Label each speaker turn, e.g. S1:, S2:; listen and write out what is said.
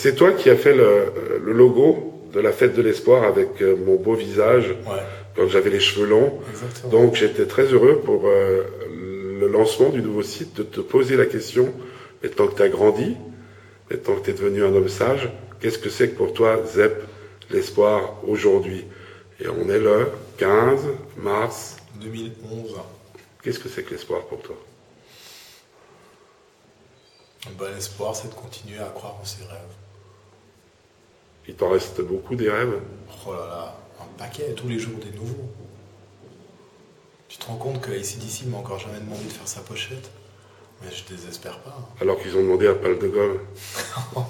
S1: C'est toi qui as fait le, le logo de la fête de l'espoir avec euh, mon beau visage
S2: Ouais,
S1: quand j'avais les cheveux longs.
S2: exactement.
S1: Donc j'étais très heureux pour euh, le lancement du nouveau site de te poser la question, tant que tu as grandi, tant que tu es devenu un homme sage, qu'est-ce que c'est que pour toi, ZEP, l'espoir aujourd'hui Et on est le 15 mars.
S2: 2011.
S1: Qu'est-ce que c'est que l'espoir pour toi
S2: Un bon espoir, c'est de continuer à croire en ses rêves.
S1: Il t'en reste beaucoup des rêves
S2: Oh là là, un paquet, tous les jours des nouveaux. Tu te rends compte que ACDC m'a encore jamais demandé de faire sa pochette Mais je désespère pas.
S1: alors qu'ils ont demandé à Paul de Gaulle.
S2: hein.